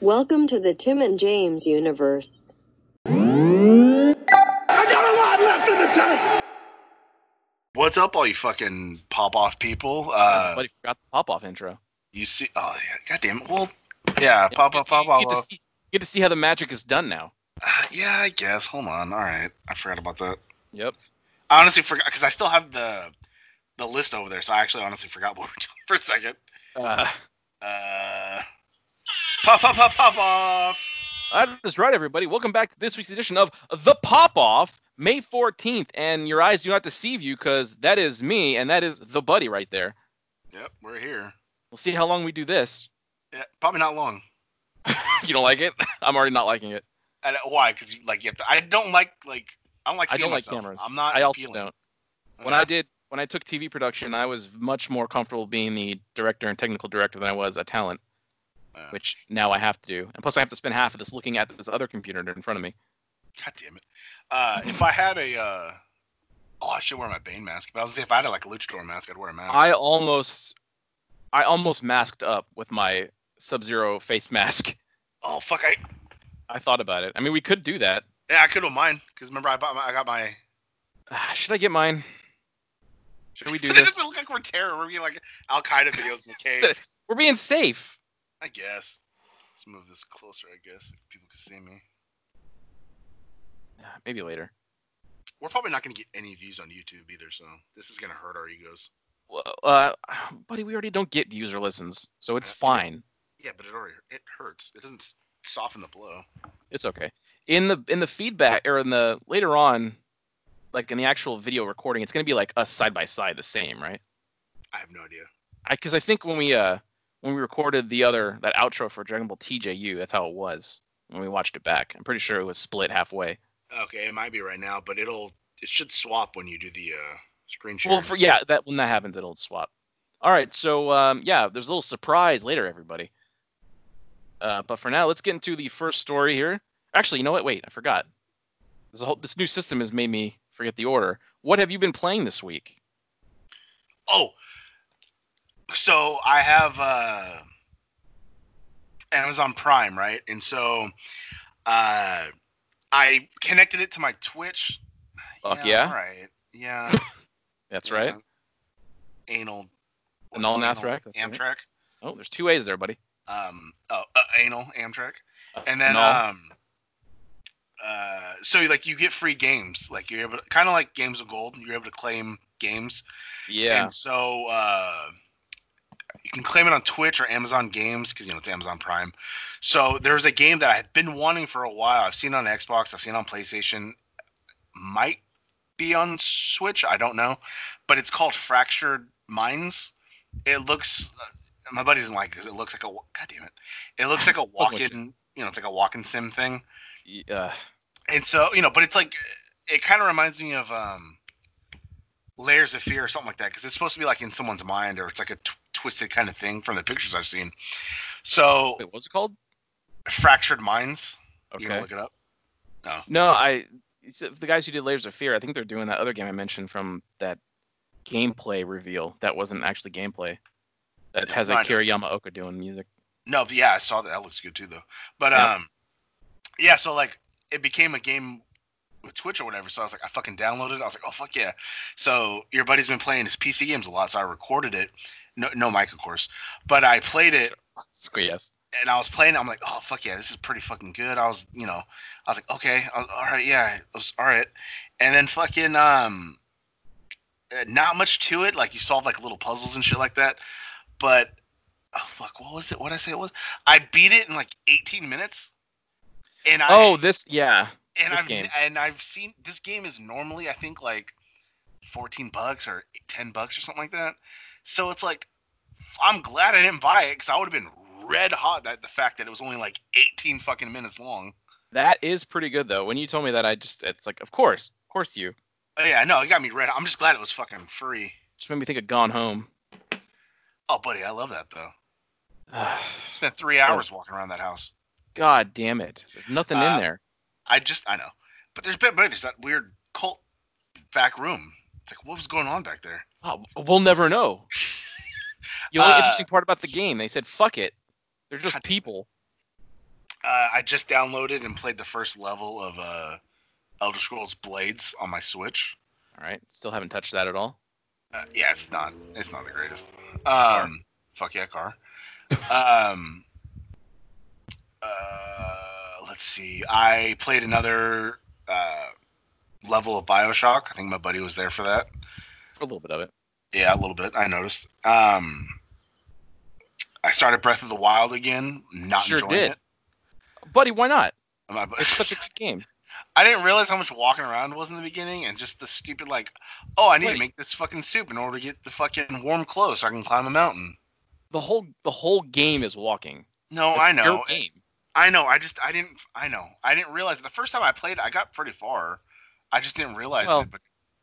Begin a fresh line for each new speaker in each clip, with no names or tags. Welcome to the Tim and James universe.
What's up, all you fucking pop off people? Uh,
but you forgot the pop off intro.
you see, oh yeah, goddamn it. Well, yeah, pop off, pop off.
You get, to see, you get to see how the magic is done now.
Uh, yeah, I guess. Hold on. All right, I forgot about that.
Yep.
I honestly forgot because I still have the the list over there, so I actually honestly forgot what we we're doing for a second.
Uh,
Uh, pop, pop, pop, pop off.
that is right, everybody. Welcome back to this week's edition of the pop off, May 14th. And your eyes do not deceive you because that is me and that is the buddy right there.
Yep, we're here.
We'll see how long we do this.
Yeah, probably not long.
you don't like it? I'm already not liking it.
And uh, why? Because like you have to. I don't like like I don't like.
I
Seeing
don't like
myself.
cameras.
I'm not.
I also
feeling it.
don't. When I did, when I took TV production, I was much more comfortable being the director and technical director than I was a talent,
Uh,
which now I have to do. And plus, I have to spend half of this looking at this other computer in front of me.
God damn it. Uh, if I had a, uh, oh, I should wear my Bane mask. But I was gonna say if I had like a Luchador mask, I'd wear a mask.
I almost, I almost masked up with my Sub-Zero face mask.
oh fuck, I
I thought about it. I mean, we could do that.
yeah, I could have mine because remember I bought my, I got my.
Ah, Should I get mine? Should we do this?
doesn't look like we're terror. We're being like Al Qaeda videos in the cave.
We're being safe.
I guess. Let's move this closer. I guess if people can see me.
Ah, Maybe later.
We're probably not gonna get any views on YouTube either, so this is gonna hurt our egos.
Well, uh, buddy, we already don't get user listens, so it's fine.
Yeah, but it already it hurts. It doesn't soften the blow.
It's okay. In the in the feedback or in the later on, like in the actual video recording, it's gonna be like us side by side, the same, right?
I have no idea.
because I, think when we uh when we recorded the other that outro for Dragon Ball TJU, that's how it was when we watched it back. I'm pretty sure it was split halfway.
Okay, it might be right now, but it'll it should swap when you do the uh, screen share.
Well, for yeah, that when that happens, it'll swap. All right, so um, yeah, there's a little surprise later, everybody. Uh, but for now, let's get into the first story here. Actually, you know what? Wait, I forgot. This whole this new system has made me forget the order. What have you been playing this week?
Oh, so I have uh, Amazon Prime, right? And so uh, I connected it to my Twitch.
Fuck yeah.
All right. Yeah.
That's
yeah.
right.
Anal.
Anal
anal
Nathrac, that's right.
Amtrak.
Oh, there's two ways there, buddy.
Um. Oh, uh, anal Amtrak. And then
No.
um. Uh, so like you get free games, like you're able to kind of like games of gold. You're able to claim games.
yeah.
And so uh, you can claim it on Twitch or Amazon Games because you know it's Amazon Prime. So there was a game that I had been wanting for a while. I've seen it on Xbox. I've seen it on PlayStation. Might be on Switch. I don't know. But it's called Fractured Minds. It looks. uh, My buddy doesn't like it 'cause it looks like a. wa- God damn it. It looks like a walk-in. You know, it's like a walk-in sim thing.
Y- uh,
And so, you know, but it's like it kind of reminds me of um Layers of Fear or something like that because it's supposed to be like in someone's mind or it's like a tw- twisted kind of thing from the pictures I've seen. So,
wait, what was it called?
Fractured Minds. You
Okay.
gonna look it up?
No, I it's- uh, the guys who did Layers of Fear, I think they're doing that other game I mentioned from that gameplay reveal that wasn't actually gameplay. That
Yeah,
has
I know.
Akira Yamaoka doing music.
No, but yeah, I saw that. That looks good too, though. But
Yeah.
um, yeah. So like, it became a game with Twitch or whatever. So I was like, I fucking downloaded. it. I was like, oh fuck yeah. So your buddy's been playing his PC games a lot, so I recorded it. No, no mic, of course. But I played it
Squeak, Yes.
and I was playing. it, I'm like, oh fuck yeah, this is pretty fucking good. I was, you know, I was like, okay, I was- all right, yeah, it was all right. And then fucking um, uh, not much to it. Like you solve like little puzzles and shit like that. But oh fuck, what was it? What I say it was? I beat it in like 18 minutes. And I
Oh, this yeah.
and
this
I've
game.
and I've seen this game is normally I think like 14 bucks or 10 bucks or something like that. So it's like I'm glad I didn't buy it because I would have been red hot that the fact that it was only like 18 fucking minutes long.
That is pretty good though. When you told me that, I just it's like, of course, of course you.
Oh, yeah, no, it got me red. I'm just glad it was fucking free.
Just made me think of Gone Home.
Oh, buddy, I love that though.
Ah,
Spent three hours walking around that house.
God damn it! There's nothing
Uh,
in there.
I just I know, but there's been but there's that weird cult back room. It's like what was going on back there?
Oh, we'll never know. The only
uh,
interesting part about the game, they said, "Fuck it." They're just
God.
people.
uh, I just downloaded and played the first level of uh, Elder Scrolls Blades on my Switch.
All right. Still haven't touched that at all.
Uh, yeah, it's not it's not the greatest. Um, fuck yeah, car. um, uh, let's see. I played another uh, level of Bioshock. I think my buddy was there for that.
For a little bit of it.
Yeah, a little bit. I noticed. Um, I started Breath of the Wild again. Not
Sure
enjoying
did.
it.
Buddy, why not?
My bu-
It's such a good game.
I didn't realize how much walking around was in the beginning, and just the stupid like, oh, I need
Wait.
to make this fucking soup in order to get the fucking warm clothes so I can climb a mountain.
The whole the whole game is walking.
No,
It's
Oh, I
Your
know,
game.
I know. I just I didn't I know I didn't realize the first time I played I got pretty far. I just didn't realize
Well-
it, but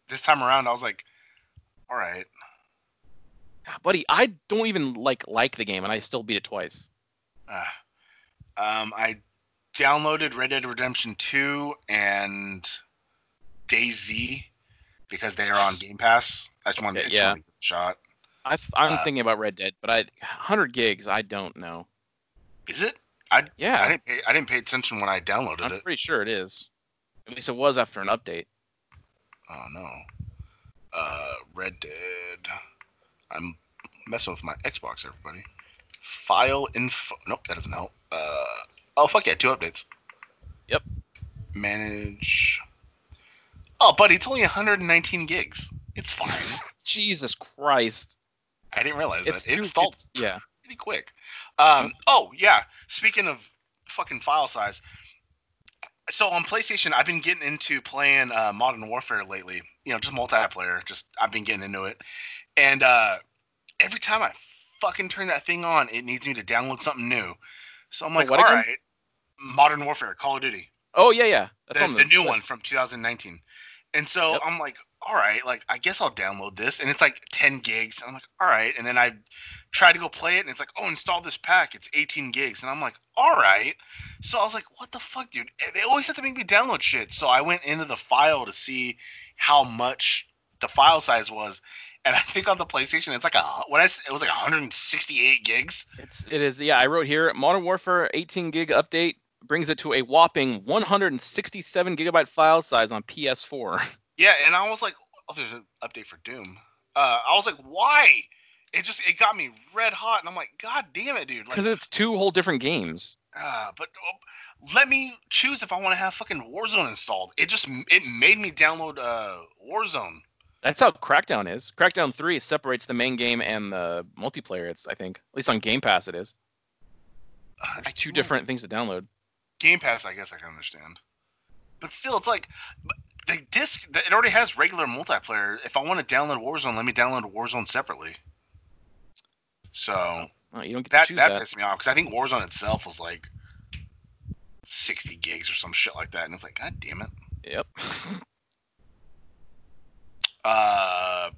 this time around I was like, all right,
Buddy, I don't even like like the game, and I still beat it twice.
Uh, um, I downloaded Red Dead Redemption 2 and DayZ because they are on Game Pass. I just wanted, I just
Yeah.
wanted to give it a shot.
I, I'm
Uh,
thinking about Red Dead, but I 100 gigs. I don't know.
Is it? I
Yeah,
didn't pay, I didn't pay attention when I downloaded
I'm
it.
pretty sure it is. At least it was after an update.
Oh no. Uh, Red Dead. I'm messing with my Xbox, everybody. File info. Nope, that doesn't help. Uh, oh fuck yeah, two updates.
Yep.
Manage. Oh, buddy, it's only 119 gigs. It's fine.
Jesus Christ!
I didn't realize
It's
that. It
too-
installed
it's- yeah.
pretty quick.
Mm-hmm.
Um, oh yeah, speaking of fucking file size, so on PlayStation, I've been getting into playing uh, Modern Warfare lately. You know, just multiplayer. Just I've been getting into it, and uh, every time I fucking turn that thing on, it needs me to download something new. So I'm
Wait,
like, all
what again?"
right, Modern Warfare, Call of Duty
Oh yeah, yeah. That's
the,
on
the new
list.
one from 2019. And so
Yep.
I'm like, all right, like I guess I'll download this, and it's like 10 gigs. And I'm like, all right. And then I try to go play it, and it's like, oh, install this pack. It's 18 gigs. And I'm like, all right. So I was like, what the fuck, dude? Eh, They always have to make me download shit. So I went into the file to see how much the file size was, and I think on the PlayStation, it's like a what I s- it was like 168 gigs.
It's, it is. Yeah, I wrote here. Modern Warfare 18 gig update brings it to a whopping 167 gigabyte file size on PS4.
Yeah, and I was like, oh, there's an update for Doom. Uh, I was like, why? It just it got me red hot, and I'm like, god damn it, dude.
Because
Like,
it's two whole different games.
uh, but uh, let me choose if I want to have fucking Warzone installed. It just it made me download uh Warzone.
That's how Crackdown is. Crackdown 3 separates the main game and the multiplayer. It's I think at least on Game Pass it is.
Uh, I-
There's two different things to download.
Game Pass, I guess I can understand. But still, it's like but the disc it already has regular multiplayer. If I want to download Warzone, let me download Warzone separately. So.
Oh, you don't get
that
to choose
that
that.
pissed me off because I think Warzone itself was like 60 gigs or some shit like that, and it's like, god damn it.
Yep.
Uh,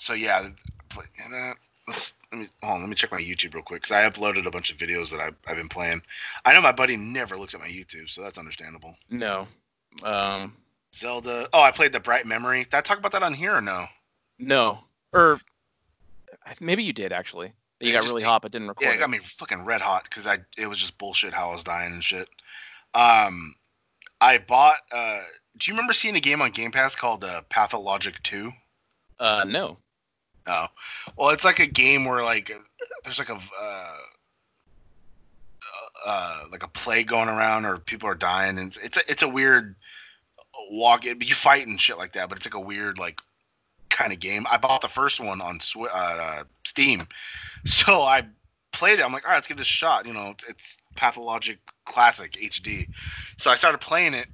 so yeah, play, and, uh, let's, let me hold on, let me check my YouTube real quick because I uploaded a bunch of videos that I've, I've been playing. I know my buddy never looks at my YouTube, so that's understandable.
no. Um.
Zelda. Oh, I played the Bright Memory. Did I talk about that on here or no?
No. Or I- maybe you did actually. You
It
got
just-
really hot but didn't record.
Yeah, it
it.
got me fucking red hot because I it was just bullshit how I was dying and shit. Um, I bought. Uh, do you remember seeing a game on Game Pass called uh, Pathologic Two?
Uh, no.
Oh, well, it's like a game where like there's like a uh, uh, like a plague going around or people are dying and it's it's a, it's a weird walk. It, you fight and shit like that, but it's like a weird like kind of game. I bought the first one on Swi- uh, uh, Steam, so I played it. I'm like, all right, let's give this a shot. You know, it's, it's Pathologic Classic HD. So I started playing it.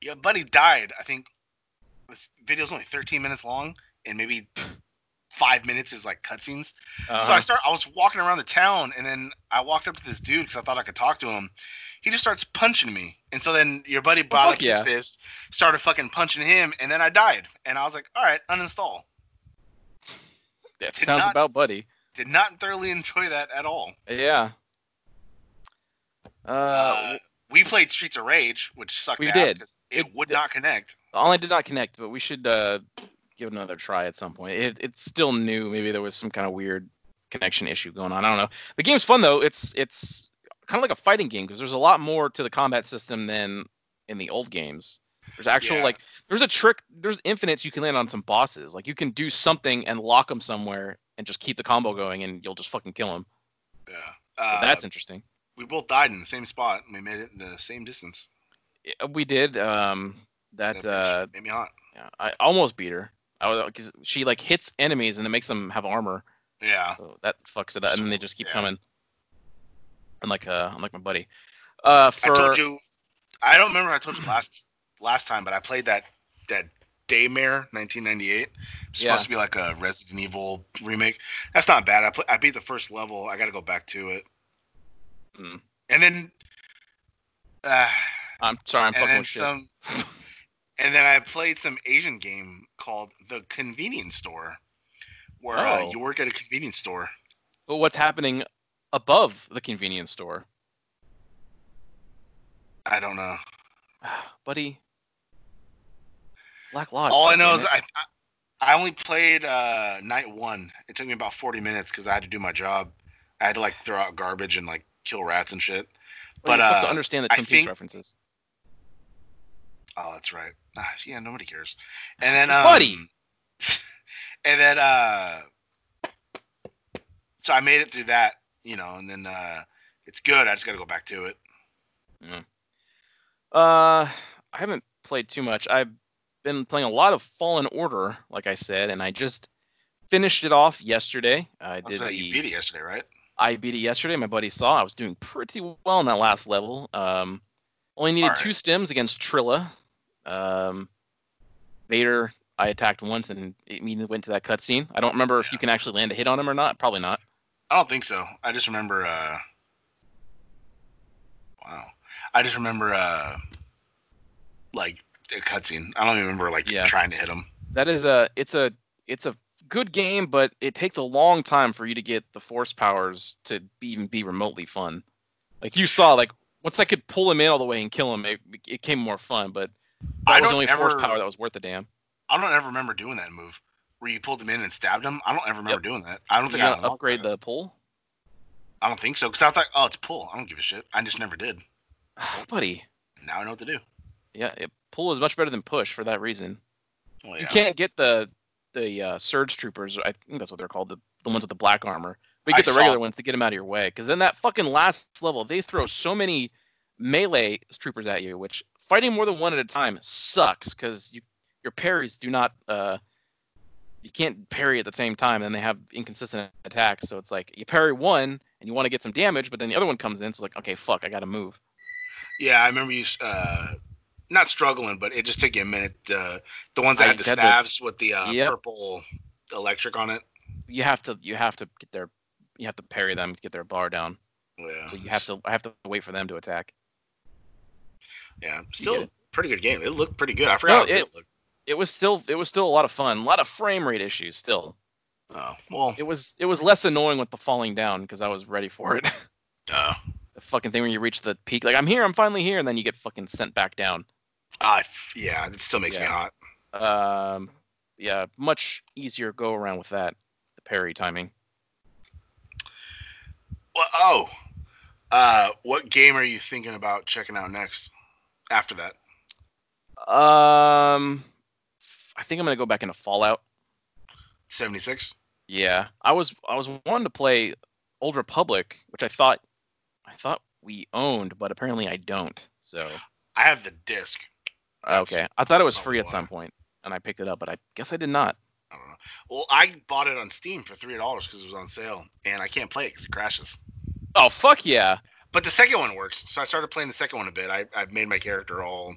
Yeah, buddy died. I think this video's only 13 minutes long, and maybe five minutes is like cutscenes. So I
Uh,
start. I was walking around the town, and then I walked up to this dude because I thought I could talk to him. He just starts punching me, and so then your buddy brought
Oh, Fuck
up
yeah.
his fist, started fucking punching him, and then I died. And I was like, all right, uninstall.
that
did
sounds
not-
about buddy.
Did not thoroughly enjoy that at all.
Yeah. Uh,
Uh, we played Streets of Rage, which sucked.
We
ass
did.
'cause It,
It-
would not connect.
the online did not connect, but we should uh, give it another try at some point. It, it's still new. Maybe there was some kind of weird connection issue going on. I don't know. The game's fun though. It's it's kind of like a fighting game because there's a lot more to the combat system than in the old games. There's actual
Yeah.
like there's a trick there's infinites you can land on some bosses like you can do something and lock them somewhere and just keep the combo going and you'll just fucking kill them.
Yeah. Uh,
that's interesting.
we both died in the same spot. and We made it in the same distance.
Yeah, Uh, We did um that uh
made me hot.
yeah, I almost beat her. I was because she like hits enemies and it makes them have armor.
Yeah.
So that fucks it up, and then they just keep
Yeah.
coming. Unlike uh, unlike my buddy. Uh, for
I told you. I don't remember. If I told you last last time, but I played that that Daymare 1998. It's
Yeah.
supposed to be like a Resident Evil remake. That's not bad. I pla I beat the first level. I got to go back to it.
Mm.
And then. Uh,
I'm sorry,
and
I'm fucking
then
with
some.
shit.
And then I played some Asian game called The Convenience Store, where uh,
Oh.
you work at a convenience store.
but what's happening above the convenience store,
I don't know.
buddy? Black Lodge.
All I
God
know
damn
is
it.
I, I I only played uh, night one. It took me about 40 minutes because I had to do my job. I had to like throw out garbage and like kill rats and shit. but,
Well, you're supposed to
uh,
understand the
I
Twin Peaks
think-
references.
Oh, that's right. Ah, yeah, nobody cares. And then, um,
Buddy!
and then, uh, so I made it through that, you know, and then uh, it's good. I just got to go back to it.
Uh, I haven't played too much. I've been playing a lot of Fallen Order, like I said, and I just finished it off yesterday. I
That's
did
what
the
you beat it yesterday, right?
I beat it yesterday. My buddy saw I was doing pretty well in that last level. Um, only needed
Alright.
two stems against Trilla. Um, Vader, I attacked once and it immediately went to that cutscene. I don't remember if you can actually land a hit on him or not. Probably not.
I don't think so. I just remember. Uh, wow. I just remember uh, like a cutscene. I don't even remember like
Yeah.
trying to hit him.
That is a it's a it's a good game, but it takes a long time for you to get the force powers to be, even be remotely fun. Like you saw, like once I could pull him in all the way and kill him, it, it came more fun. But that
I
was
don't
the only
ever.
force power that was worth a damn.
I don't ever remember doing that move where you pulled him in and stabbed him. I don't ever remember
Yep. uh,
doing that. I don't
You
think I
gotta
unlocked
upgrade
that.
the pull.
I don't think so because I thought, oh, it's pull. I don't give a shit. I just never did.
buddy.
Now I know what to do.
Yeah, it, pull is much better than push for that reason.
Well,
You
yeah.
can't get the the uh, surge troopers. I think that's what they're called, the, the ones with the black armor. But you
I
get the
saw-
regular ones to get them out of your way. Because then that fucking last level, they throw so many melee troopers at you, which fighting more than one at a time sucks. Because you your parries do not uh you can't parry at the same time, and they have inconsistent attacks. So it's like you parry one and you want to get some damage, but then the other one comes in. So it's like okay, fuck, I gotta move.
Yeah, I remember you. Uh, not struggling, but it just took you a minute. Uh, the ones that
I
had the
got the-
staves with the uh,
Yep.
purple electric on it.
you have to you have to get their you have to parry them to get their bar down.
Yeah.
So you have to I have to wait for them to attack.
Yeah,
get
still
it.
pretty good game. It looked pretty good. I forgot how
No,
good it, looked.
It was still it was still a lot of fun, a lot of frame rate issues still.
Oh well,
It was it was less annoying with the falling down because I was ready for it.
uh,
the fucking thing when you reach the peak, like I'm here, I'm finally here, and then you get fucking sent back down.
I f- yeah, it still makes me
Yeah.
hot.
Um, yeah, much easier go around with that, the parry timing.
Well, oh, uh, what game are you thinking about checking out next? After that,
Um, I think I'm gonna go back into Fallout.
seventy six.
Yeah, I was I was wanting to play Old Republic, which I thought I thought we owned, but apparently I don't. So
I have the disc.
okay, I thought it was
Oh,
free at
boy.
some point, and I picked it up, but I guess I did not.
I don't know. Well, I bought it on Steam for three dollars because it was on sale, and I can't play it because it crashes.
Oh fuck yeah!
But the second one works, so I started playing the second one a bit. I I made my character all.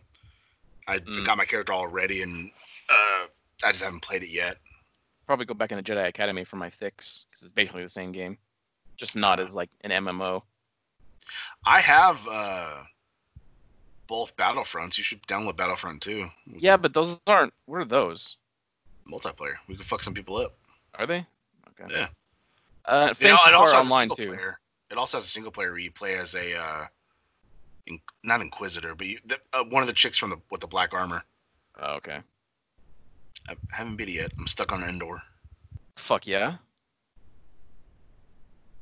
I
Mm.
got my character all ready, and uh, I just haven't played it yet.
Probably go back into Jedi Academy for my fix because it's basically the same game, just not as like an MMO.
Mm-hmm. I have uh both Battlefronts. You should download Battlefront too.
Yeah, but those aren't. What are those?
Multiplayer. We could fuck some people up.
Are they? Okay.
Yeah.
Uh,
You know,
Phantasy
it
Star
also has a
Online
single
too.
Player. It also has a single player where you play as a uh, in, not Inquisitor, but you, the, uh, one of the chicks from the with the black armor.
Oh, okay.
I haven't beat it yet. I'm stuck on Endor.
Fuck yeah.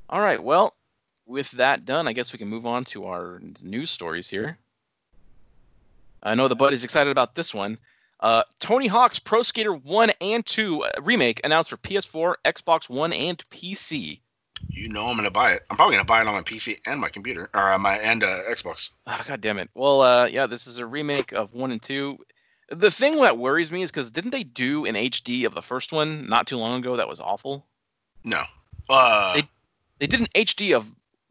All right, well, with that done, I guess we can move on to our news stories here. I know the buddy's excited about this one. Uh, Tony Hawk's Pro Skater 1 and 2 remake announced for PS4, Xbox One, and PC.
You know I'm gonna buy it. I'm probably gonna buy it on my PC and my computer, or on my and uh, Xbox.
Ah, God damn it. Well, uh, yeah, this is a remake of 1 and 2. The thing that worries me is because didn't they do an HD of the first one not too long ago that was awful?
No. Uh,
It- They did an HD of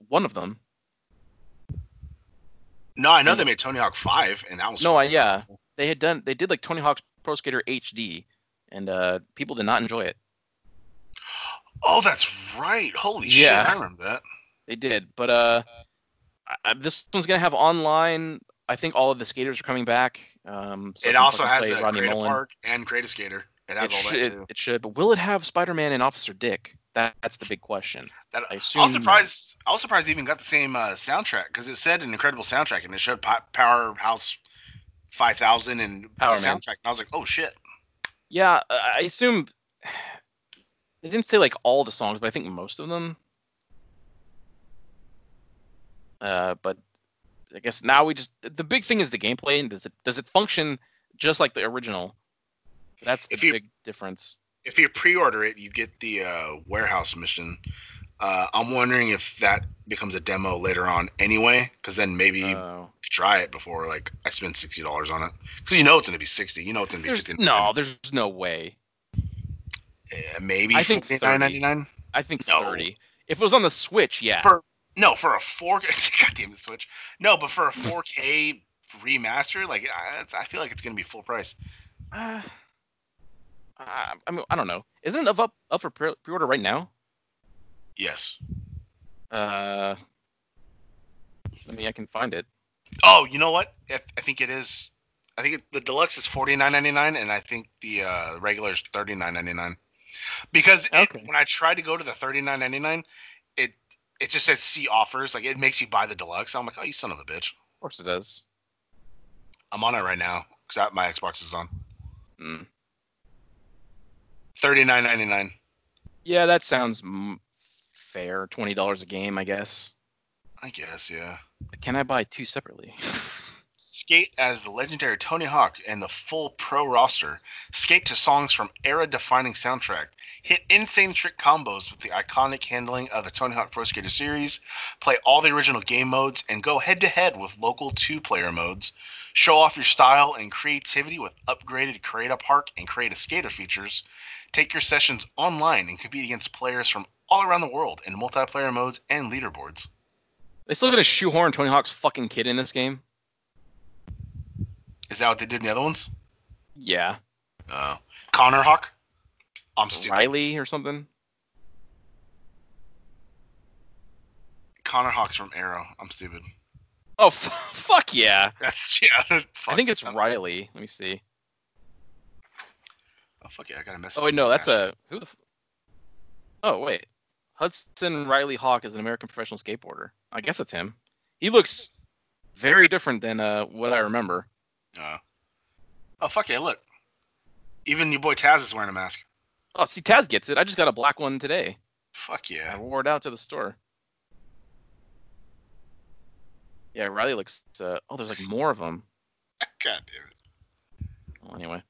one of them.
no, I know they made Tony Hawk Five, and that was
No, I, yeah, they had done. They did like Tony Hawk's Pro Skater HD, and uh, people did not enjoy it.
Oh, that's right. Holy
Yeah.
shit, I remember that.
They did, but uh, I, I- this one's gonna have online. I think all of the skaters are coming back. Um, so
it
people
also
can
has
play
a
Rodney
creative
Mullen.
park and creative skater. It has
It
all that
should,
too.
it should, but will it have Spider-Man and Officer Dick? That, that's the big question.
That-
I
I
assume.
was surprised. I was surprised they even got the same uh, soundtrack because it said an incredible soundtrack and it showed Pi- Powerhouse 5000 and
Power
the
Man.
soundtrack. And I was like, oh shit.
Yeah, I I assume. They didn't say like all the songs, but I think most of them. Uh, but I guess now we just the big thing is the gameplay and does it does it function just like the original? That's the
If you-
big difference.
If you pre-order it, you get the uh, warehouse mission. Uh, I'm wondering if that becomes a demo later on anyway, because then maybe you
Uh,
try it before like I spend sixty dollars on it, because you know it's gonna be sixty. You know it's gonna be
there's,
50.
no, there's no way.
Uh, maybe
I think 30.
$49.99?
I think
No.
thirty. If it was on the Switch, yeah.
For- No, for a four. Goddamn the Switch. No, but for a 4K remaster, like I, it's- I feel like it's gonna be full price.
Uh, I, I mean, I don't know. Isn't it up up for pre- pre-order right now?
Yes.
Uh, let me. I can find it.
Oh, you know what? I, I think it is. I think it, the deluxe is forty nine ninety nine, and I think the uh, regular is thirty nine ninety nine. Because it-
Okay.
when I tried to go to the thirty nine ninety nine, it it just said see offers. Like it makes you buy the deluxe. I'm like, oh, you son of a bitch.
Of course it does.
I'm on it right now because my Xbox is on
Mm.
thirty nine ninety nine.
Yeah, that sounds m- fair. Twenty dollars a game, I guess.
I guess, yeah.
Can I buy two separately?
Skate as the legendary Tony Hawk and the full pro roster. Skate to songs from era defining soundtrack. Hit insane trick combos with the iconic handling of the Tony Hawk Pro Skater series. Play all the original game modes and go head to head with local two player modes. Show off your style and creativity with upgraded Create a Park and Create a Skater features. Take your sessions online and compete against players from all around the world in multiplayer modes and leaderboards.
they still gonna shoehorn Tony Hawk's fucking kid in this game?
Is that what they did in the other ones?
Yeah,
Uh, Connor Hawk? I'm stupid.
Riley or something.
Connor Hawk's from Arrow. I'm stupid.
Oh f- fuck yeah!
That's yeah.
I think it's Riley. Let me see.
Oh fuck yeah, I gotta mess.
Oh wait, no, that's a who the. F- oh wait, Hudson Riley Hawk is an American professional skateboarder. I guess it's him. He looks very different than uh, what I remember.
Uh, oh fuck yeah, look. Even your boy Taz is wearing a mask.
Oh, see, Taz gets it. I just got a black one today.
Fuck
I
yeah.
wore it out to the store. Yeah, Riley looks. Uh, oh, there's like more of them.
God damn it.
Well, anyway.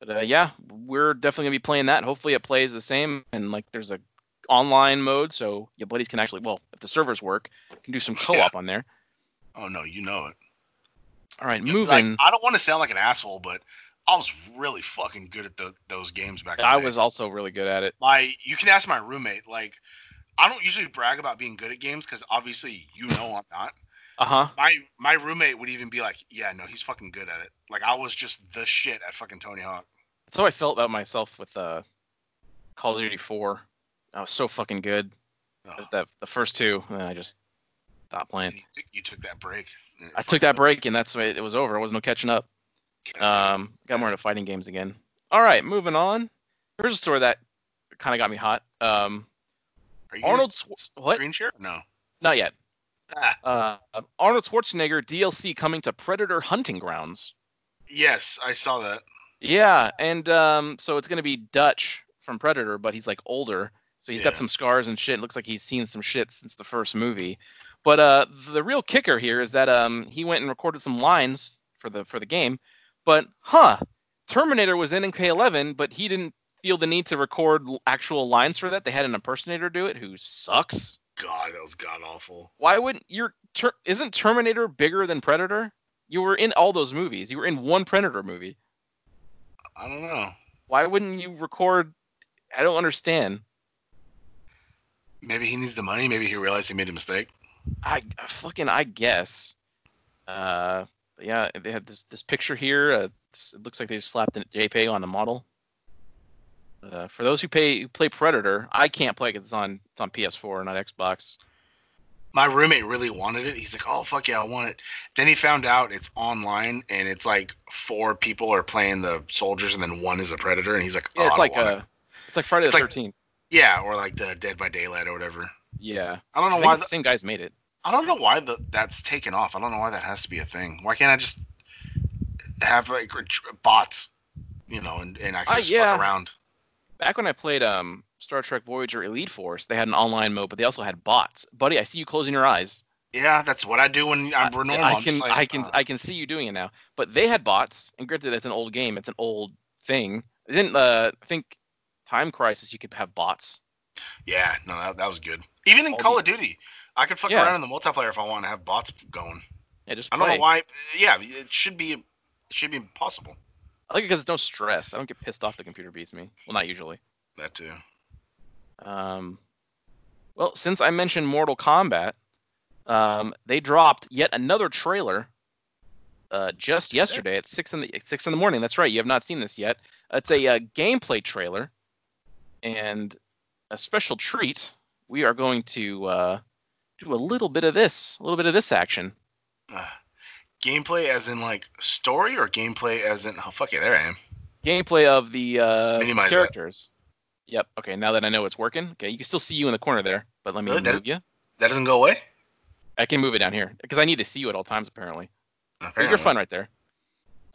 But uh, yeah, we're definitely gonna be playing that. Hopefully, it plays the same and like there's a online mode, so your buddies can actually well, if the servers work, can do some co-op on there.
Oh no, you know it.
All right,
Like,
moving.
I don't want to sound like an asshole, but I was really fucking good at tho- those games back. in the
I
day.
was also really good at it.
my. You can ask my roommate. Like, I don't usually brag about being good at games because obviously you know I'm not.
Uh huh.
My my roommate would even be like, yeah, no, he's fucking good at it. Like I was just the shit at fucking Tony Hawk.
That's how I felt about myself with uh, Call of Duty 4. I was so fucking good
Oh.
at that the first two, and then I just stopped
And
playing.
you, took, you took that break.
I took that break, and that's it. It was over. There was no catching up. Um, got more into fighting games again. All right, moving on. Here's a story that kind of got me hot. Um,
Are you
Arnold Schwar-
gonna
what?
screen share? No.
Not yet.
Ah,
Uh, Arnold Schwarzenegger DLC coming to Predator Hunting Grounds.
yes, I saw that.
Yeah, and um, so it's gonna be Dutch from Predator, but he's like older, So he's
Yeah.
got some scars and shit. Looks like he's seen some shit since the first movie. But uh, the real kicker here is that um, he went and recorded some lines for the for the game. But huh, Terminator was in K11, but he didn't feel the need to record l- actual lines for that. They had an impersonator do it, who sucks.
God, that was god awful.
Why wouldn't your ter- isn't Terminator bigger than Predator? You were in all those movies. You were in one Predator movie.
I don't know.
Why wouldn't you record? I don't understand.
Maybe he needs the money. Maybe he realized he made a mistake.
I I fucking I guess. Uh, but yeah, they had this this picture here. Uh, it's- it looks like they slapped a JPEG on a model. Uh, for those who pay who play Predator, I can't play because it's on it's on PS4 not Xbox.
My roommate really wanted it. He's like, "Oh fuck yeah, I want it." Then he found out it's online and it's like four people are playing the soldiers and then one is the predator, and he's like, "Oh,
Yeah, it's
I
like
want it."
uh, it's like Friday
It's
the
like-
13th.
yeah," or like the Dead by Daylight or whatever.
Yeah,
I don't
I
know
think
why.
the
The,
same guys made it.
I don't know why the, that's taken off. I don't know why that has to be a thing. Why can't I just have like tr- bots, you know, and, and I can
Ah,
just
yeah.
fuck around?
Back when I played um Star Trek Voyager Elite Force, they had an online mode, but they also had bots. Buddy, I see you closing your eyes.
Yeah, that's what I do when I'm
I-
normal.
I
I'm
can
just like,
I can
uh,
I can see you doing it now. But they had bots, and granted, that's an old game. It's an old thing. They Didn't uh, I think Time Crisis you could have bots.
yeah, no, that, that was good. Even in
All
Call
the-
of Duty, I could fuck
Yeah.
around in the multiplayer if I want to have bots going.
Yeah, just
I
play.
don't know why. Yeah, it should be it should be possible.
I like it because it's no stress. I don't get pissed off the computer beats me. Well, not usually.
That too.
Um, well, since I mentioned Mortal Kombat, um, they dropped yet another trailer uh, just yesterday at six in the at six in the morning. That's right. You have not seen this yet. It's a uh, gameplay trailer, and a special treat. We are going to uh, do a little bit of this, a little bit of this action.
Uh, gameplay as in like story or gameplay as in oh fuck yeah, there I am.
Gameplay of the uh,
Minimize that.
characters. Yep. Okay. Now that I know it's working, okay, you can still see you in the corner there, but let me
Really? That-
move you.
That doesn't go away.
I can move it down here because I need to see you at all times apparently. But
Apparently.
You're fine right there.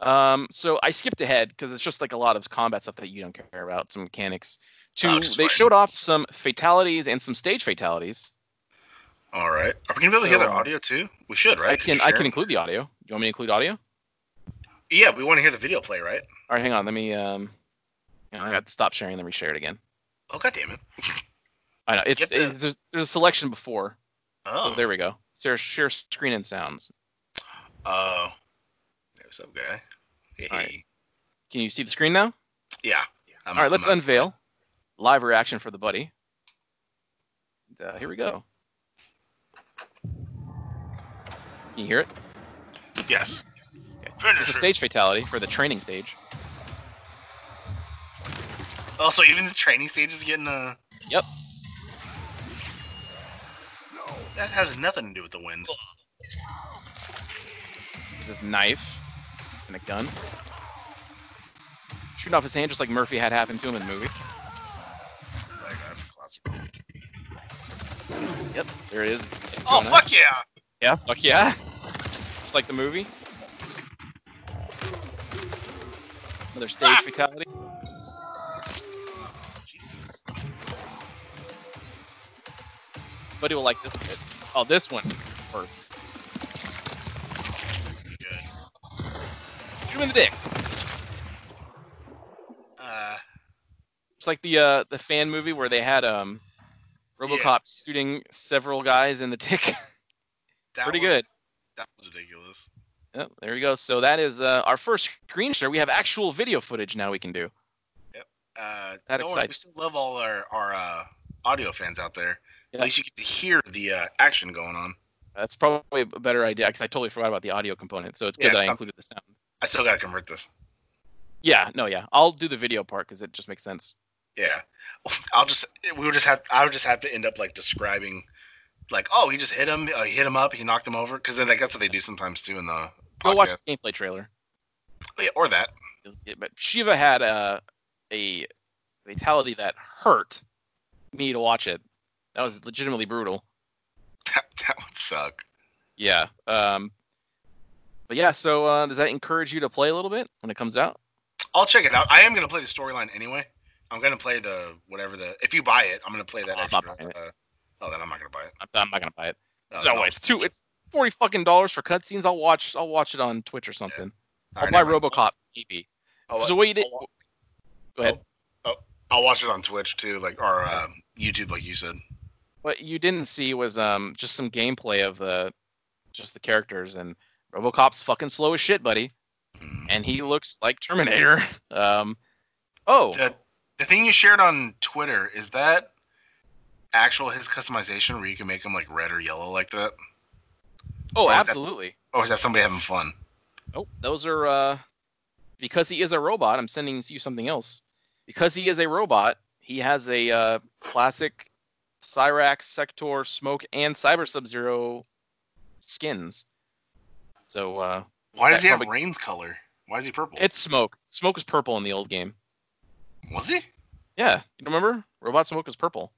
Um, so I skipped ahead because it's just like a lot of combat stuff that you don't care about, some mechanics. Two,
Oh,
they
just fine.
showed off some fatalities and some stage fatalities.
All right. Are we gonna be able to
So,
hear their
um,
audio too? We should, right?
I can
you
I
share?
can include the audio. Do you want me to include audio?
Yeah, we want to hear the video play, right?
All right, hang on. Let me. Um, hang on, I got to stop sharing, then reshare it again.
Oh god damn it.
I know it's,
Get the-
it's- there's, there's a selection before,
Oh.
so there we go. Share share screen and sounds.
Uh, there's up, guy. Hey.
All right. Can you see the screen now?
Yeah. I'm,
All right, let's
I'm-
unveil live reaction for the buddy. And, uh, here we go. Can you hear it?
Yes.
Okay.
Finish
It's a
her.
stage fatality for the training stage.
Also, even the training stage is getting uh
Yep.
That has nothing to do with the wind.
This knife and a gun. Shooting off his hand just like Murphy had happen to him in the movie.
Like, that's classic.
Yep, there it is. It's
Oh
going up.
fuck yeah!
Yeah, fuck yeah. Just like the movie. Another stage
Ah.
fatality. Buddy will like this bit. Oh, this one hurts.
Good.
Shoot him in the dick.
Uh,
It's like the uh, the fan movie where they had um RoboCop
Yeah.
shooting several guys in the dick.
that
Pretty
was-
good.
That was ridiculous.
yep, there you go. So that is uh, our first screen share. We have actual video footage now we can do.
Uh,
That
don't worry,
excites-
we still love all our our uh, audio fans out there.
Yeah.
At least you get to hear the uh, action going on.
That's probably a better idea because I totally forgot about the audio component. So it's good
Yeah,
that I
um,
included the sound.
I still gotta convert this.
Yeah, no, yeah. I'll do the video part because it just makes sense.
Yeah, I'll just we would just have I would just have to end up like describing, like oh he just hit him, uh, he hit him up, he knocked him over, because then like that's what they do sometimes too in the
Go watch
podcast.
the gameplay trailer.
Oh, yeah, or that.
It was- it- but Shiva had a a fatality that hurt me to watch it. That was legitimately brutal.
that that would suck.
Yeah. Um. But yeah, so uh, does that encourage you to play a little bit when it comes out?
I'll check it out. I am gonna play the storyline anyway, I'm gonna play the whatever the. If you buy it, I'm gonna play that
I'm not
extra.
buying it.
uh, oh, then I'm not gonna buy it.
I'm, I'm not gonna buy it.
Oh,
no, way. It's two. It's forty fucking dollars for cutscenes. I'll watch. I'll watch it on Twitch or something.
All right, Oh,
I'll
never
buy
mind.
RoboCop maybe.
I'll,
so what you did?
I'll-
Go ahead.
I'll watch it on Twitch too, like or um, YouTube, like you said.
What you didn't see was um just some gameplay of the just the characters and RoboCop's fucking slow as shit, buddy,
Mm.
and he looks like Terminator. Um, oh,
The, the thing you shared on Twitter is that actual his customization where you can make him like red or yellow like that,
oh,
oh, that's-
absolutely.
or is that somebody having fun?
Nope, Oh, those are uh because he is a robot, I'm sending you something else. Because he is a robot, he has a uh, classic Cyrax, Sector, Smoke, and Cyber Sub Zero skins. So uh
Why does
That
he have
probably-
Rain's color? Why is he purple?
it's Smoke. Smoke was purple in the old game.
was he?
Yeah, you remember? Robot Smoke was purple.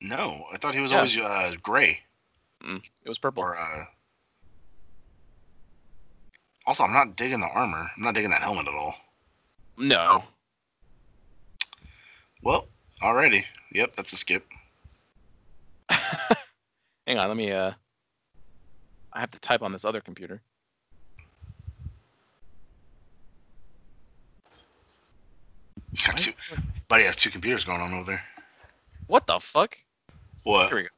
No, I thought he was
Yeah.
always uh, gray
It was purple.
or. uh Also, I'm not digging the armor. I'm not digging that helmet at all.
No.
Well, alrighty. Yep, that's a skip.
Hang on, let me uh I have to type on this other computer. What,
Buddy has two computers going on over there.
what the fuck?
What?
Here we go.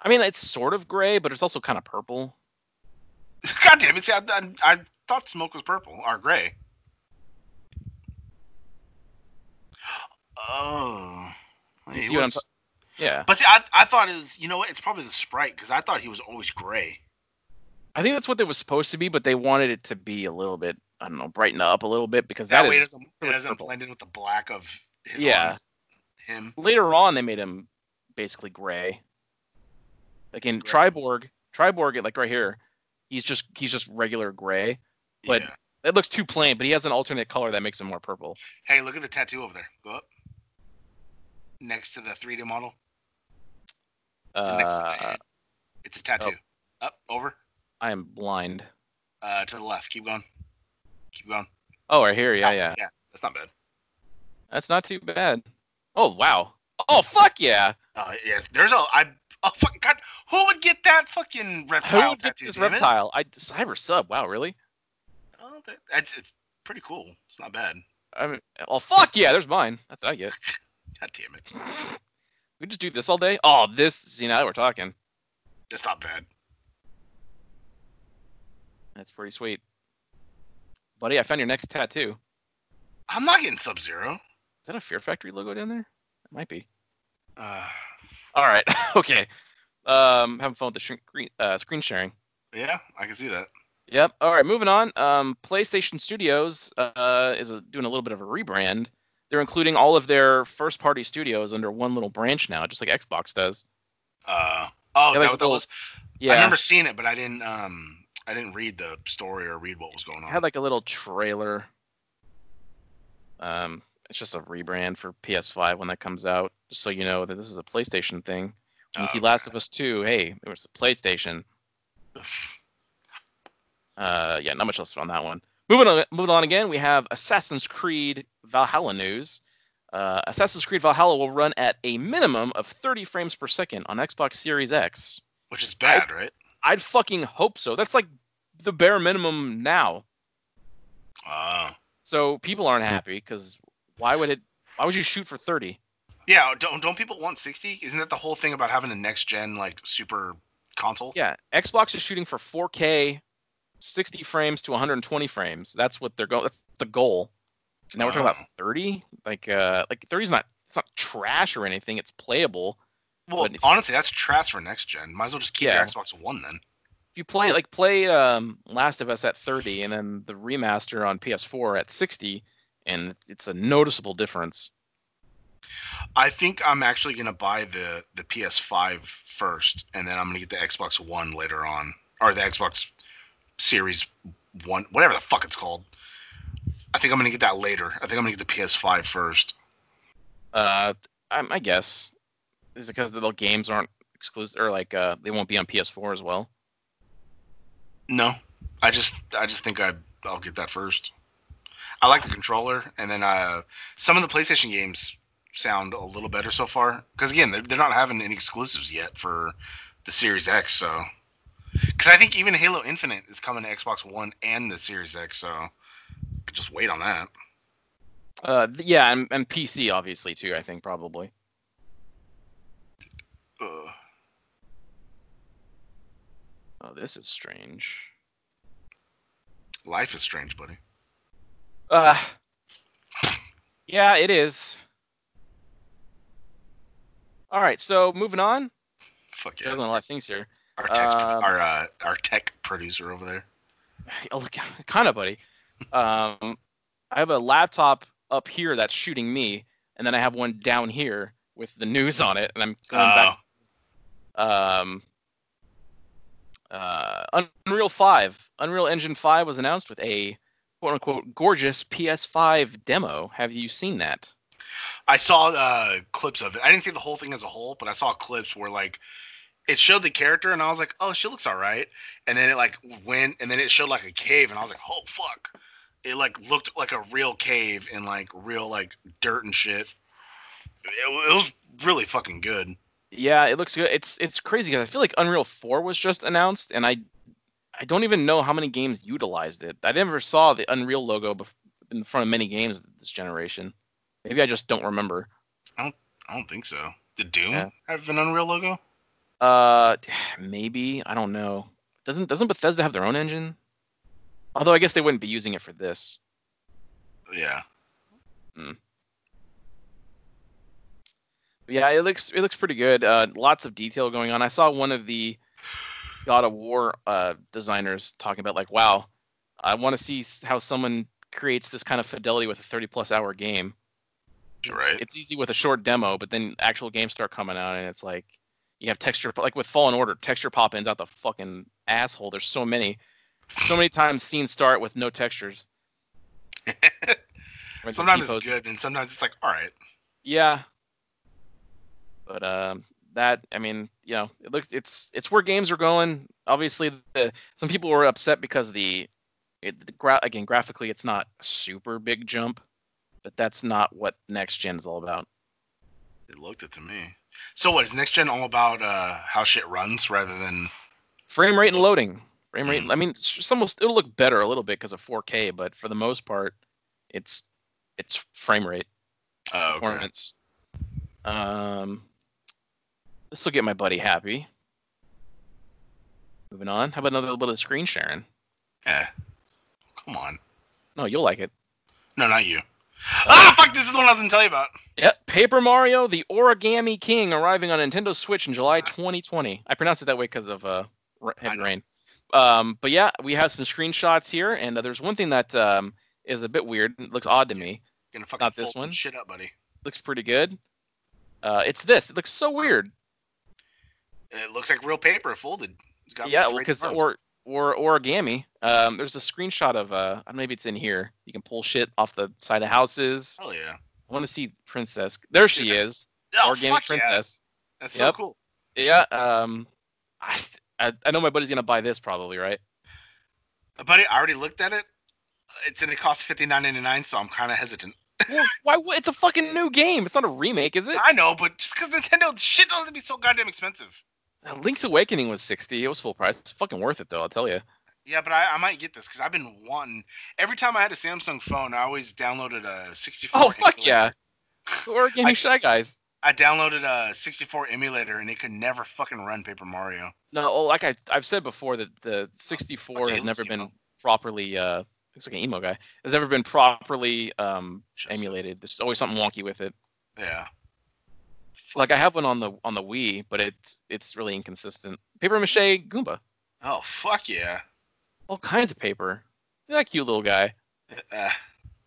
I mean, it's sort of gray, but it's also kind of purple.
God damn it! See, I, I, I thought smoke was purple or gray. Oh.
You
He
see what I'm
was-
ta- Yeah.
But see, I, I thought it was. You know what? It's probably the sprite because I thought he was always gray.
I think that's what it was supposed to be, but they wanted it to be a little bit, I don't know, brighten up a little bit because
That,
that
way it
is
doesn't it
really
doesn't
purple.
blend in with the black of his
Yeah.
arms. Him.
later on they made him basically gray. Like in
Gray.
Triborg, Triborg like right here, he's just he's just regular gray. But-
Yeah.
That looks too plain, but he has an alternate color that makes him more purple.
Hey, look at the tattoo over there. Go up. Next to the 3D model. next to the
Uh, oh.
head. It's a tattoo. Up, over,
I am blind.
uh, to the left. Keep going. Keep going.
Oh, right here, yeah,
Out.
yeah.
Yeah, that's not bad.
That's not too bad. Oh wow. Oh fuck yeah.
Uh, yeah, there's a. I. Oh, fuck, God. Who would get that fucking reptile
Who gets
tattoo?
this
damn it?
reptile? I cyber sub. Wow, really?
Oh, that, that's, it's pretty cool. It's not bad.
I mean, oh fuck yeah, there's mine. That's what I get.
God damn it.
We just do this all day. Oh, this. See now that we're talking.
That's not bad.
That's pretty sweet, buddy. I found your next tattoo. Is
I'm not getting Sub Zero.
that a Fear Factory logo down there? It might be.
Uh,
All right. okay. Um, having fun with the screen uh, screen sharing.
yeah, I can see that.
Yep. All right, moving on. Um, PlayStation Studios uh, is a, doing a little bit of a rebrand. They're including all of their first-party studios under one little branch now, just like Xbox does.
Uh, oh, is
Yeah,
that
like
what that
the little-
was?
Yeah.
I remember seeing it, but I didn't. Um, I didn't read the story or read what was going
It
on.
had like a little trailer. Um, it's just a rebrand for PS5 when that comes out, just so you know that this is a PlayStation thing. When you see
Okay.
Last of Us 2, hey, it was a PlayStation. Uh, yeah, not much else on that one. Moving on, moving on again, we have Assassin's Creed Valhalla news. Uh, Assassin's Creed Valhalla will run at a minimum of 30 frames per second on Xbox Series X.
which is bad, right?
I'd fucking hope so. That's like the bare minimum now.
Uh,
So people aren't happy because why would it? Why would you shoot for 30?
yeah. Don't don't people want 60? Isn't that the whole thing about having a next gen like super console?
Yeah, Xbox is shooting for 4K, 60 frames to 120 frames. That's what they're going. That's the goal. And now we're talking
Wow.
about 30. Like, uh, like 30 is not. It's not trash or anything. It's playable.
Well,
But if-
honestly, that's trash for next gen. Might as well just keep
Yeah.
your Xbox One then.
If you play like play um, Last of Us at 30 and then the remaster on PS4 at 60, and it's a noticeable difference.
I think I'm actually gonna buy the the PS5 first, and then I'm gonna get the Xbox One later on, or the Xbox Series One, whatever the fuck it's called. I think I'm gonna get that later. I think I'm gonna get the PS5 first.
Uh, I, I guess is it because the games aren't exclusive or like uh, they won't be on PS4 as well.
No, I just I just think I I'll get that first. I like the controller, and then uh, some of the PlayStation games sound a little better so far. Because again, they're, they're not having any exclusives yet for the Series X, so. Because I think even Halo Infinite is coming to Xbox One and the Series X, so could just wait on that.
Uh, th- yeah, and, and PC obviously too. I think probably.
Ugh.
Oh, this is strange.
Life is strange, buddy.
Uh, yeah, it is. All right, so moving on.
Fuck yeah.
Juggling a lot of things here.
Our tech,
Um,
our uh, our tech producer over there.
Oh, look, kind of, buddy. Um, I have a laptop up here that's shooting me, and then I have one down here with the news on it, and I'm going
Uh,
back. Um, uh, Unreal 5, Unreal Engine 5 was announced with a quote unquote gorgeous PS5 demo. Have you seen that?
I saw uh, clips of it. I didn't see the whole thing as a whole, but I saw clips where like it showed the character, and I was like, oh, she looks all right. And then it like went, and then it showed like a cave, and I was like, oh fuck. It like looked like a real cave and like real like dirt and shit. It, wa- it was really fucking good.
Yeah, it looks good. It's it's crazy because I feel like Unreal 4 was just announced, and I I don't even know how many games utilized it. I never saw the Unreal logo bef- in front of many games this generation. Maybe I just don't remember.
I don't think so. Did Doom
Yeah.
have an Unreal logo?
Uh, maybe I don't know. Doesn't doesn't Bethesda have their own engine? Although I guess they wouldn't be using it for this.
Yeah.
But yeah, it looks it looks pretty good. Uh, lots of detail going on. I saw one of the God of War uh, designers talking about like, wow, I want to see s- how someone creates this kind of fidelity with a 30 plus hour game.
You're right.
It's easy with a short demo, but then actual games start coming out and it's like you have texture like with Fallen Order, texture pop ins out the fucking asshole. There's so many, so many times scenes start with no textures. Or the
sometimes
depots-
it's good, and sometimes it's like, all right.
Yeah. But um, that I mean, you know, it looks it's it's where games are going. Obviously, the, some people were upset because the, it, the gra- again graphically it's not a super big jump, but that's not what next gen is all about.
It looked it to me. So what is next gen all about? Uh, how shit runs rather than
Frame rate and loading. Frame rate.
Mhm.
I mean, it's it's almost it'll look better a little bit because of 4K, but for the most part, it's it's frame rate.
uh, okay.
performance. Um, this will get my buddy happy. Moving on. How about another little bit of screen sharing?
Eh. Come on.
No, you'll like it.
No, not you. ah, fuck! This is the one I was gonna tell you about.
Yep. Paper Mario: The Origami King arriving on Nintendo Switch in July 2020. I pronounced it that way because of uh, r-
I
heavy
know.
rain. Um, but yeah, we have some screenshots here, and uh, there's one thing that um, is a bit weird. It looks odd to me.
Gonna fucking
Not this
fold some
one.
Shit up, buddy.
looks pretty good. Uh, it's this. It looks so weird.
It looks like real paper folded. It's got
yeah,
straight
because
arms.
or or origami. Um, there's a screenshot of uh, maybe it's in here. You can pull shit off the side of houses.
Hell yeah.
I want to see princess. There she is,
Oh,
origami
fuck yeah.
princess.
That's
Yep.
so cool.
Yeah. Um, I, st- I I know my buddy's gonna buy this probably, right?
Uh, Buddy, I already looked at it. It's and it costs fifty nine ninety nine, so I'm kind of hesitant.
well, why? would- It's a fucking new game. It's not a remake, is it?
I know, but just because Nintendo shit doesn't be so goddamn expensive.
Uh, Link's Awakening was sixty. It was full price. It's fucking worth it though. I'll tell you.
Yeah, but I, I might get this because I've been wanting. Every time I had a Samsung phone, I always downloaded a 64.
Oh
emulator.
fuck yeah. Origami
I-
Shy Guys.
I downloaded a 64 emulator and it could never fucking run Paper Mario.
No, oh, like I, I've said before that the 64
Okay,
has
let's
never been
emo.
properly. Uh, looks like an emo guy. Has never been properly um,
Just-
emulated. There's always something wonky with it.
Yeah.
Like I have one on the on the Wii, but it's it's really inconsistent. Paper mache Goomba,
Oh fuck yeah.
all kinds of paper. Look at that cute little guy.
Uh,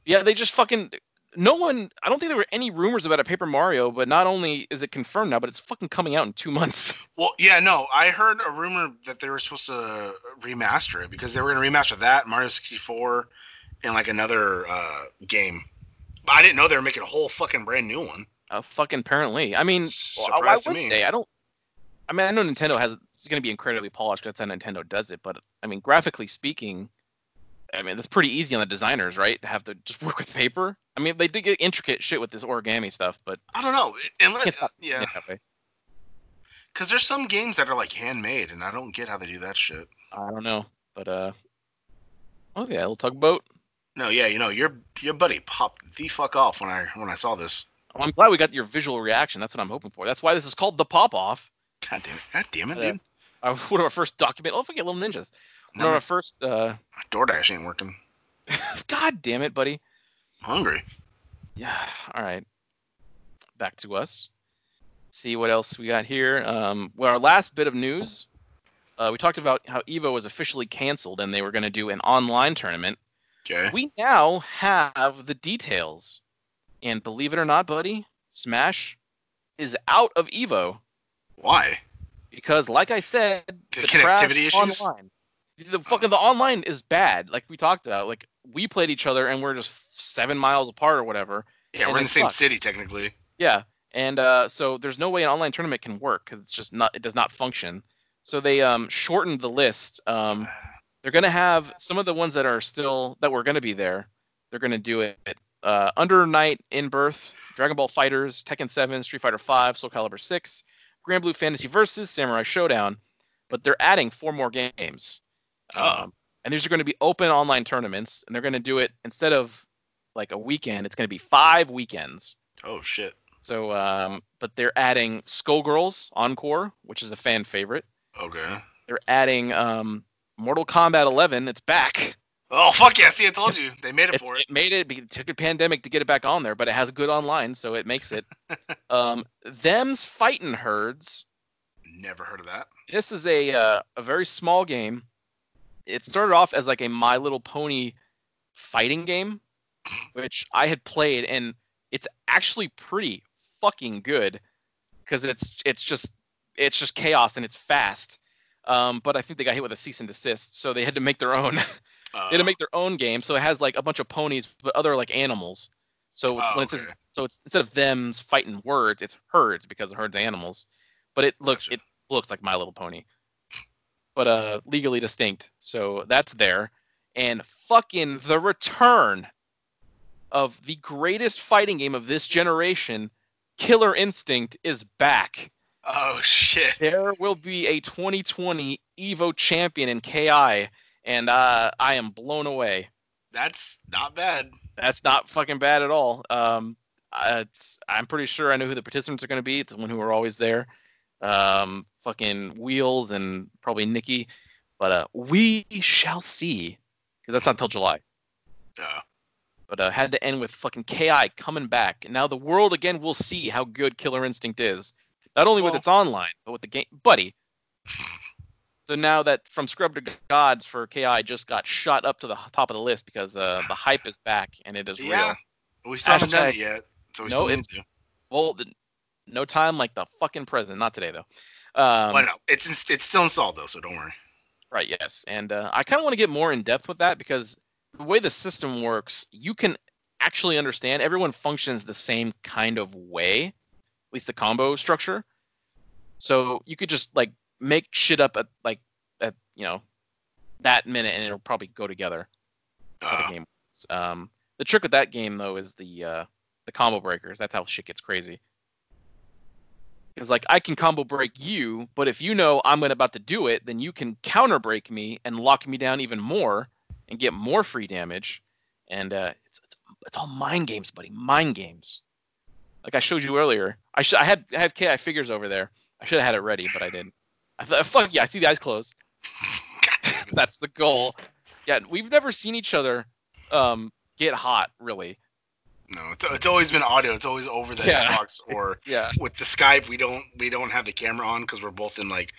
Yeah, they just fucking. No one. I don't think there were any rumors about a Paper Mario, but not only is it confirmed now, but it's fucking coming out in two months.
well, yeah, no, I heard a rumor that they were supposed to remaster it because they were gonna remaster that Mario 64 and like another uh, game. But I didn't know they were making a whole fucking brand new one.
Uh, fucking apparently. I mean,
Surprise
Well, why
to
would
me.
they? I don't. I mean, I know Nintendo has. It's going to be incredibly polished. 'cause That's how Nintendo does it. But I mean, graphically speaking, I mean, that's pretty easy on the designers, right? To have to just work with paper. I mean, they did get intricate shit with this origami stuff, but
I don't know.
can't
Unless,
stop doing
yeah,
it that way.
because there's some games that are like handmade, and I don't get how they do that shit.
I don't know, but uh, oh yeah, little tugboat.
No, yeah, you know your your buddy popped the fuck off when I when I saw this.
Well, I'm glad we got your visual reaction. That's what I'm hoping for. That's why this is called the pop off.
God damn it! God damn it,
Yeah.
dude.
Uh, one of our first document. Oh, forget little ninjas. One
No,
of
my
our first. Uh,
DoorDash ain't working.
God damn it, buddy.
I'm hungry.
Yeah. All right. Back to us. See what else we got here. Um, well, our last bit of news. Uh, we talked about how Evo was officially canceled and they were going to do an online tournament.
Okay.
We now have the details. And believe it or not, buddy, Smash is out of Evo
Why?
because, like I said,
The
trash
connectivity issues?
Online, the fucking the online is bad. Like we talked about. Like we played each other and we're just seven miles apart or whatever.
Yeah,
And
we're in
it
the same
sucks.
city technically.
Yeah, and uh, so there's no way an online tournament can work because it's just not it does not function. So they um, shortened the list. Um, they're gonna have some of the ones that are still that were gonna be there. They're gonna do it uh, Under Night in Birth, Dragon Ball Fighters, Tekken 7, Street Fighter 5, Soul Calibur 6, Grand Blue Fantasy Versus, Samurai Showdown. But they're adding four more games. Um,
Oh.
and these are going to be open online tournaments, and they're going to do it instead of like a weekend. It's going to be five weekends.
Oh shit.
So, um, but they're adding Skullgirls Encore, which is a fan favorite.
Okay.
They're adding um, Mortal Kombat 11. It's back.
Oh fuck yeah! See, I told you they made it
It's,
for it.
it made it. It took a pandemic to get it back on there, but it has good online, so it makes it. um, Them's fighting herds.
Never heard of that.
This is a uh, a very small game. It started off as like a My Little Pony fighting game, which I had played, and it's actually pretty fucking good because it's it's just it's just chaos and it's fast. Um, but I think they got hit with a cease and desist, so they had to make their own. they
Uh,
had to make their own game, so it has like a bunch of ponies but other like animals. So it's,
Oh,
when it says
okay.
so it's instead of them's fighting words, it's herds because herds are animals. But it looks
Gotcha.
it looks like My Little Pony, but uh legally distinct. So that's there, and fucking the return of the greatest fighting game of this generation, Killer Instinct is back.
oh shit.
There will be a 2020 Evo champion in KI, and uh, I am blown away.
That's not bad.
That's not fucking bad at all. Um, uh, it's, I'm pretty sure I know who the participants are going to be. It's the one who are always there. Um, fucking Wheels and probably Nikki. But uh, we shall see. Because that's not until July.
Uh,
But uh, had to end with fucking KI coming back. And now the world again will see how good Killer Instinct is. Not only with
Well-
its online, but with the game. Buddy. So now that From Scrub to Gods for KI just got shot up to the top of the list because uh, the hype is back and it is
Yeah.
real.
we still haven't done
Hashtag-
it yet, so we
No,
still need
it's-
to.
Well, the, no time like the fucking president. Not today though. Um,
Well, no, it's in, it's still installed though, so don't worry.
Right. Yes. And uh, I kind of want to get more in depth with that because the way the system works, you can actually understand everyone functions the same kind of way, at least the combo structure. So you could just like make shit up at like at you know that minute and it'll probably go together. how
Uh,
the game works. Um, the trick with that game though is the uh, the combo breakers. That's how shit gets crazy. Because like I can combo break you, but if you know I'm gonna about to do it, then you can counter break me and lock me down even more and get more free damage. And uh, it's, it's it's all mind games, buddy. Mind games. Like I showed you earlier, I should I had I had Ki figures over there. I should have had it ready, but I didn't. I thought fuck yeah, I see the eyes closed. That's the goal. Yeah, we've never seen each other um, get hot, really.
no, it's, it's always been audio. It's always over the
Yeah.
Xbox or
Yeah.
with the Skype. We don't we don't have the camera on because we're both in like.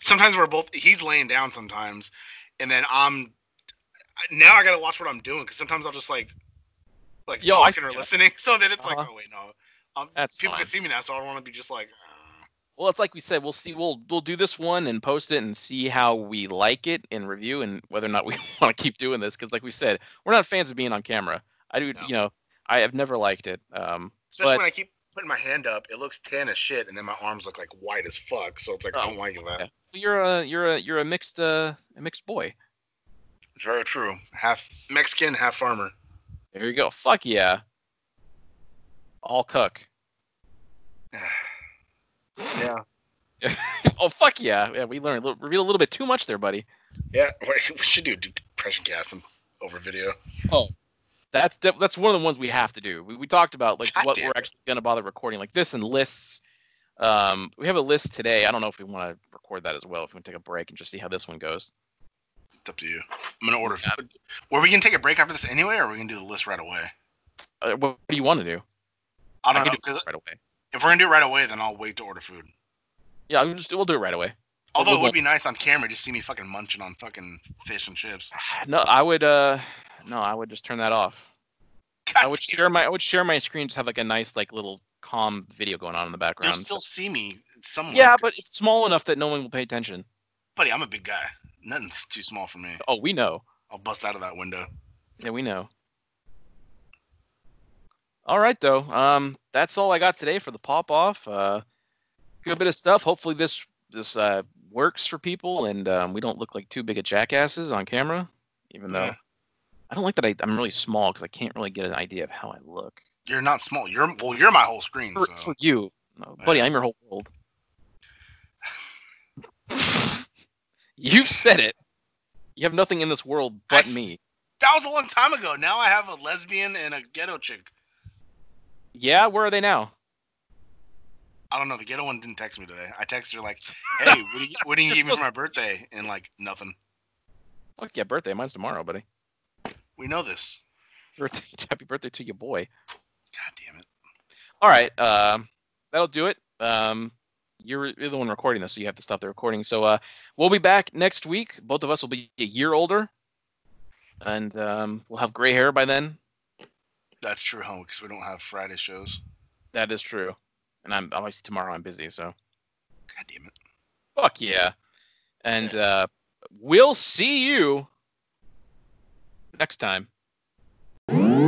Sometimes we're both. He's laying down sometimes, and then I'm. Now I gotta watch what I'm doing because sometimes I'll just like, like
Yo, I
talking or
see that.
listening. So then it's like,
Uh-huh.
oh wait, no. Um,
That's
people
fine.
can see me now, so I don't want to be just like. uh,
Well, it's like we said, we'll see. We'll we'll do this one and post it and see how we like it and review and whether or not we want to keep doing this. Because like we said, we're not fans of being on camera. I do,
No.
you know, I have never liked it. Um,
Especially
But-
when I keep putting my hand up, it looks tan as shit, and then my arms look like white as
Oh,
fuck. So it's like I don't like that.
yeah. you're a you're a you're a mixed uh, a mixed boy.
It's very true. Half Mexican, half farmer.
There you go. Fuck yeah. All cook.
Yeah.
oh fuck yeah. Yeah, we learned a little, revealed a little bit too much there, buddy.
Yeah. We should do depression casting over video.
That's de- that's one of the ones we have to do. We, we talked about like
God
what
damn
we're
it.
actually gonna bother recording, like this and lists. Um, we have a list today. I don't know if we want to record that as well. If we want to take a break and just see how this one goes.
It's up to you. I'm gonna order. Food. Were we gonna take a break after this anyway, or are we gonna do the list right away?
Uh, what, what do you want to do?
I don't
can
know.
do
'cause
it right away.
if we're gonna do it right away, then I'll wait to order food.
Yeah, we'll just we'll do it right away.
Although it
we'll-
would be nice on camera to see me fucking munching on fucking fish and chips.
No, I would uh, no, I would just turn that off.
God
I would
damn,
share my I would share my screen, just have like a nice like little calm video going on in the
They'll
background.
still see me somewhere.
yeah, but it's small enough that no one will pay attention.
buddy, I'm a big guy. Nothing's too small for me.
Oh, we know.
I'll bust out of that window.
Yeah, we know. All right, though. Um, that's all I got today for the pop off. Uh, good bit of stuff. Hopefully this this uh, works for people, and um, we don't look like too big of jackasses on camera. Even though
Yeah.
I don't like that I, I'm really small because I can't really get an idea of how I look.
You're not small. You're well. You're my whole screen.
For,
Mm, So.
for you, no, buddy, I'm your whole world. You've said it. You have nothing in this world
I
but
s-
me.
That was a long time ago. Now I have a lesbian and a ghetto chick.
Yeah, where are they now?
I don't know. The ghetto one didn't text me today. I texted her like, "Hey, what do you, what do you give me for my birthday?" And like, nothing.
Fuck yeah, birthday. Mine's tomorrow, buddy.
We know this.
Birthday, happy birthday to your boy.
God damn it.
All right, um, that'll do it. Um, you're, you're the one recording this, so you have to stop the recording. So uh, we'll be back next week. Both of us will be a year older, and um, we'll have gray hair by then.
That's true, huh? Because we don't have Friday shows.
That is true. And I'm obviously tomorrow I'm busy, so
God damn it.
fuck yeah. And uh, we'll see you next time.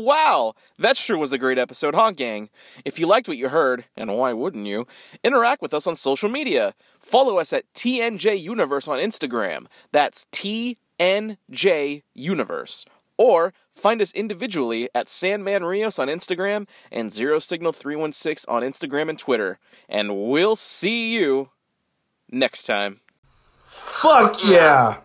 Wow, that sure was a great episode, huh, gang? If you liked what you heard, and why wouldn't you, interact with us on social media. Follow us at TNJ Universe on Instagram. That's TNJ Universe. Or find us individually at Sandman Rios on Instagram and Zero Signal 316 on Instagram and Twitter. And we'll see you next time.
Fuck yeah.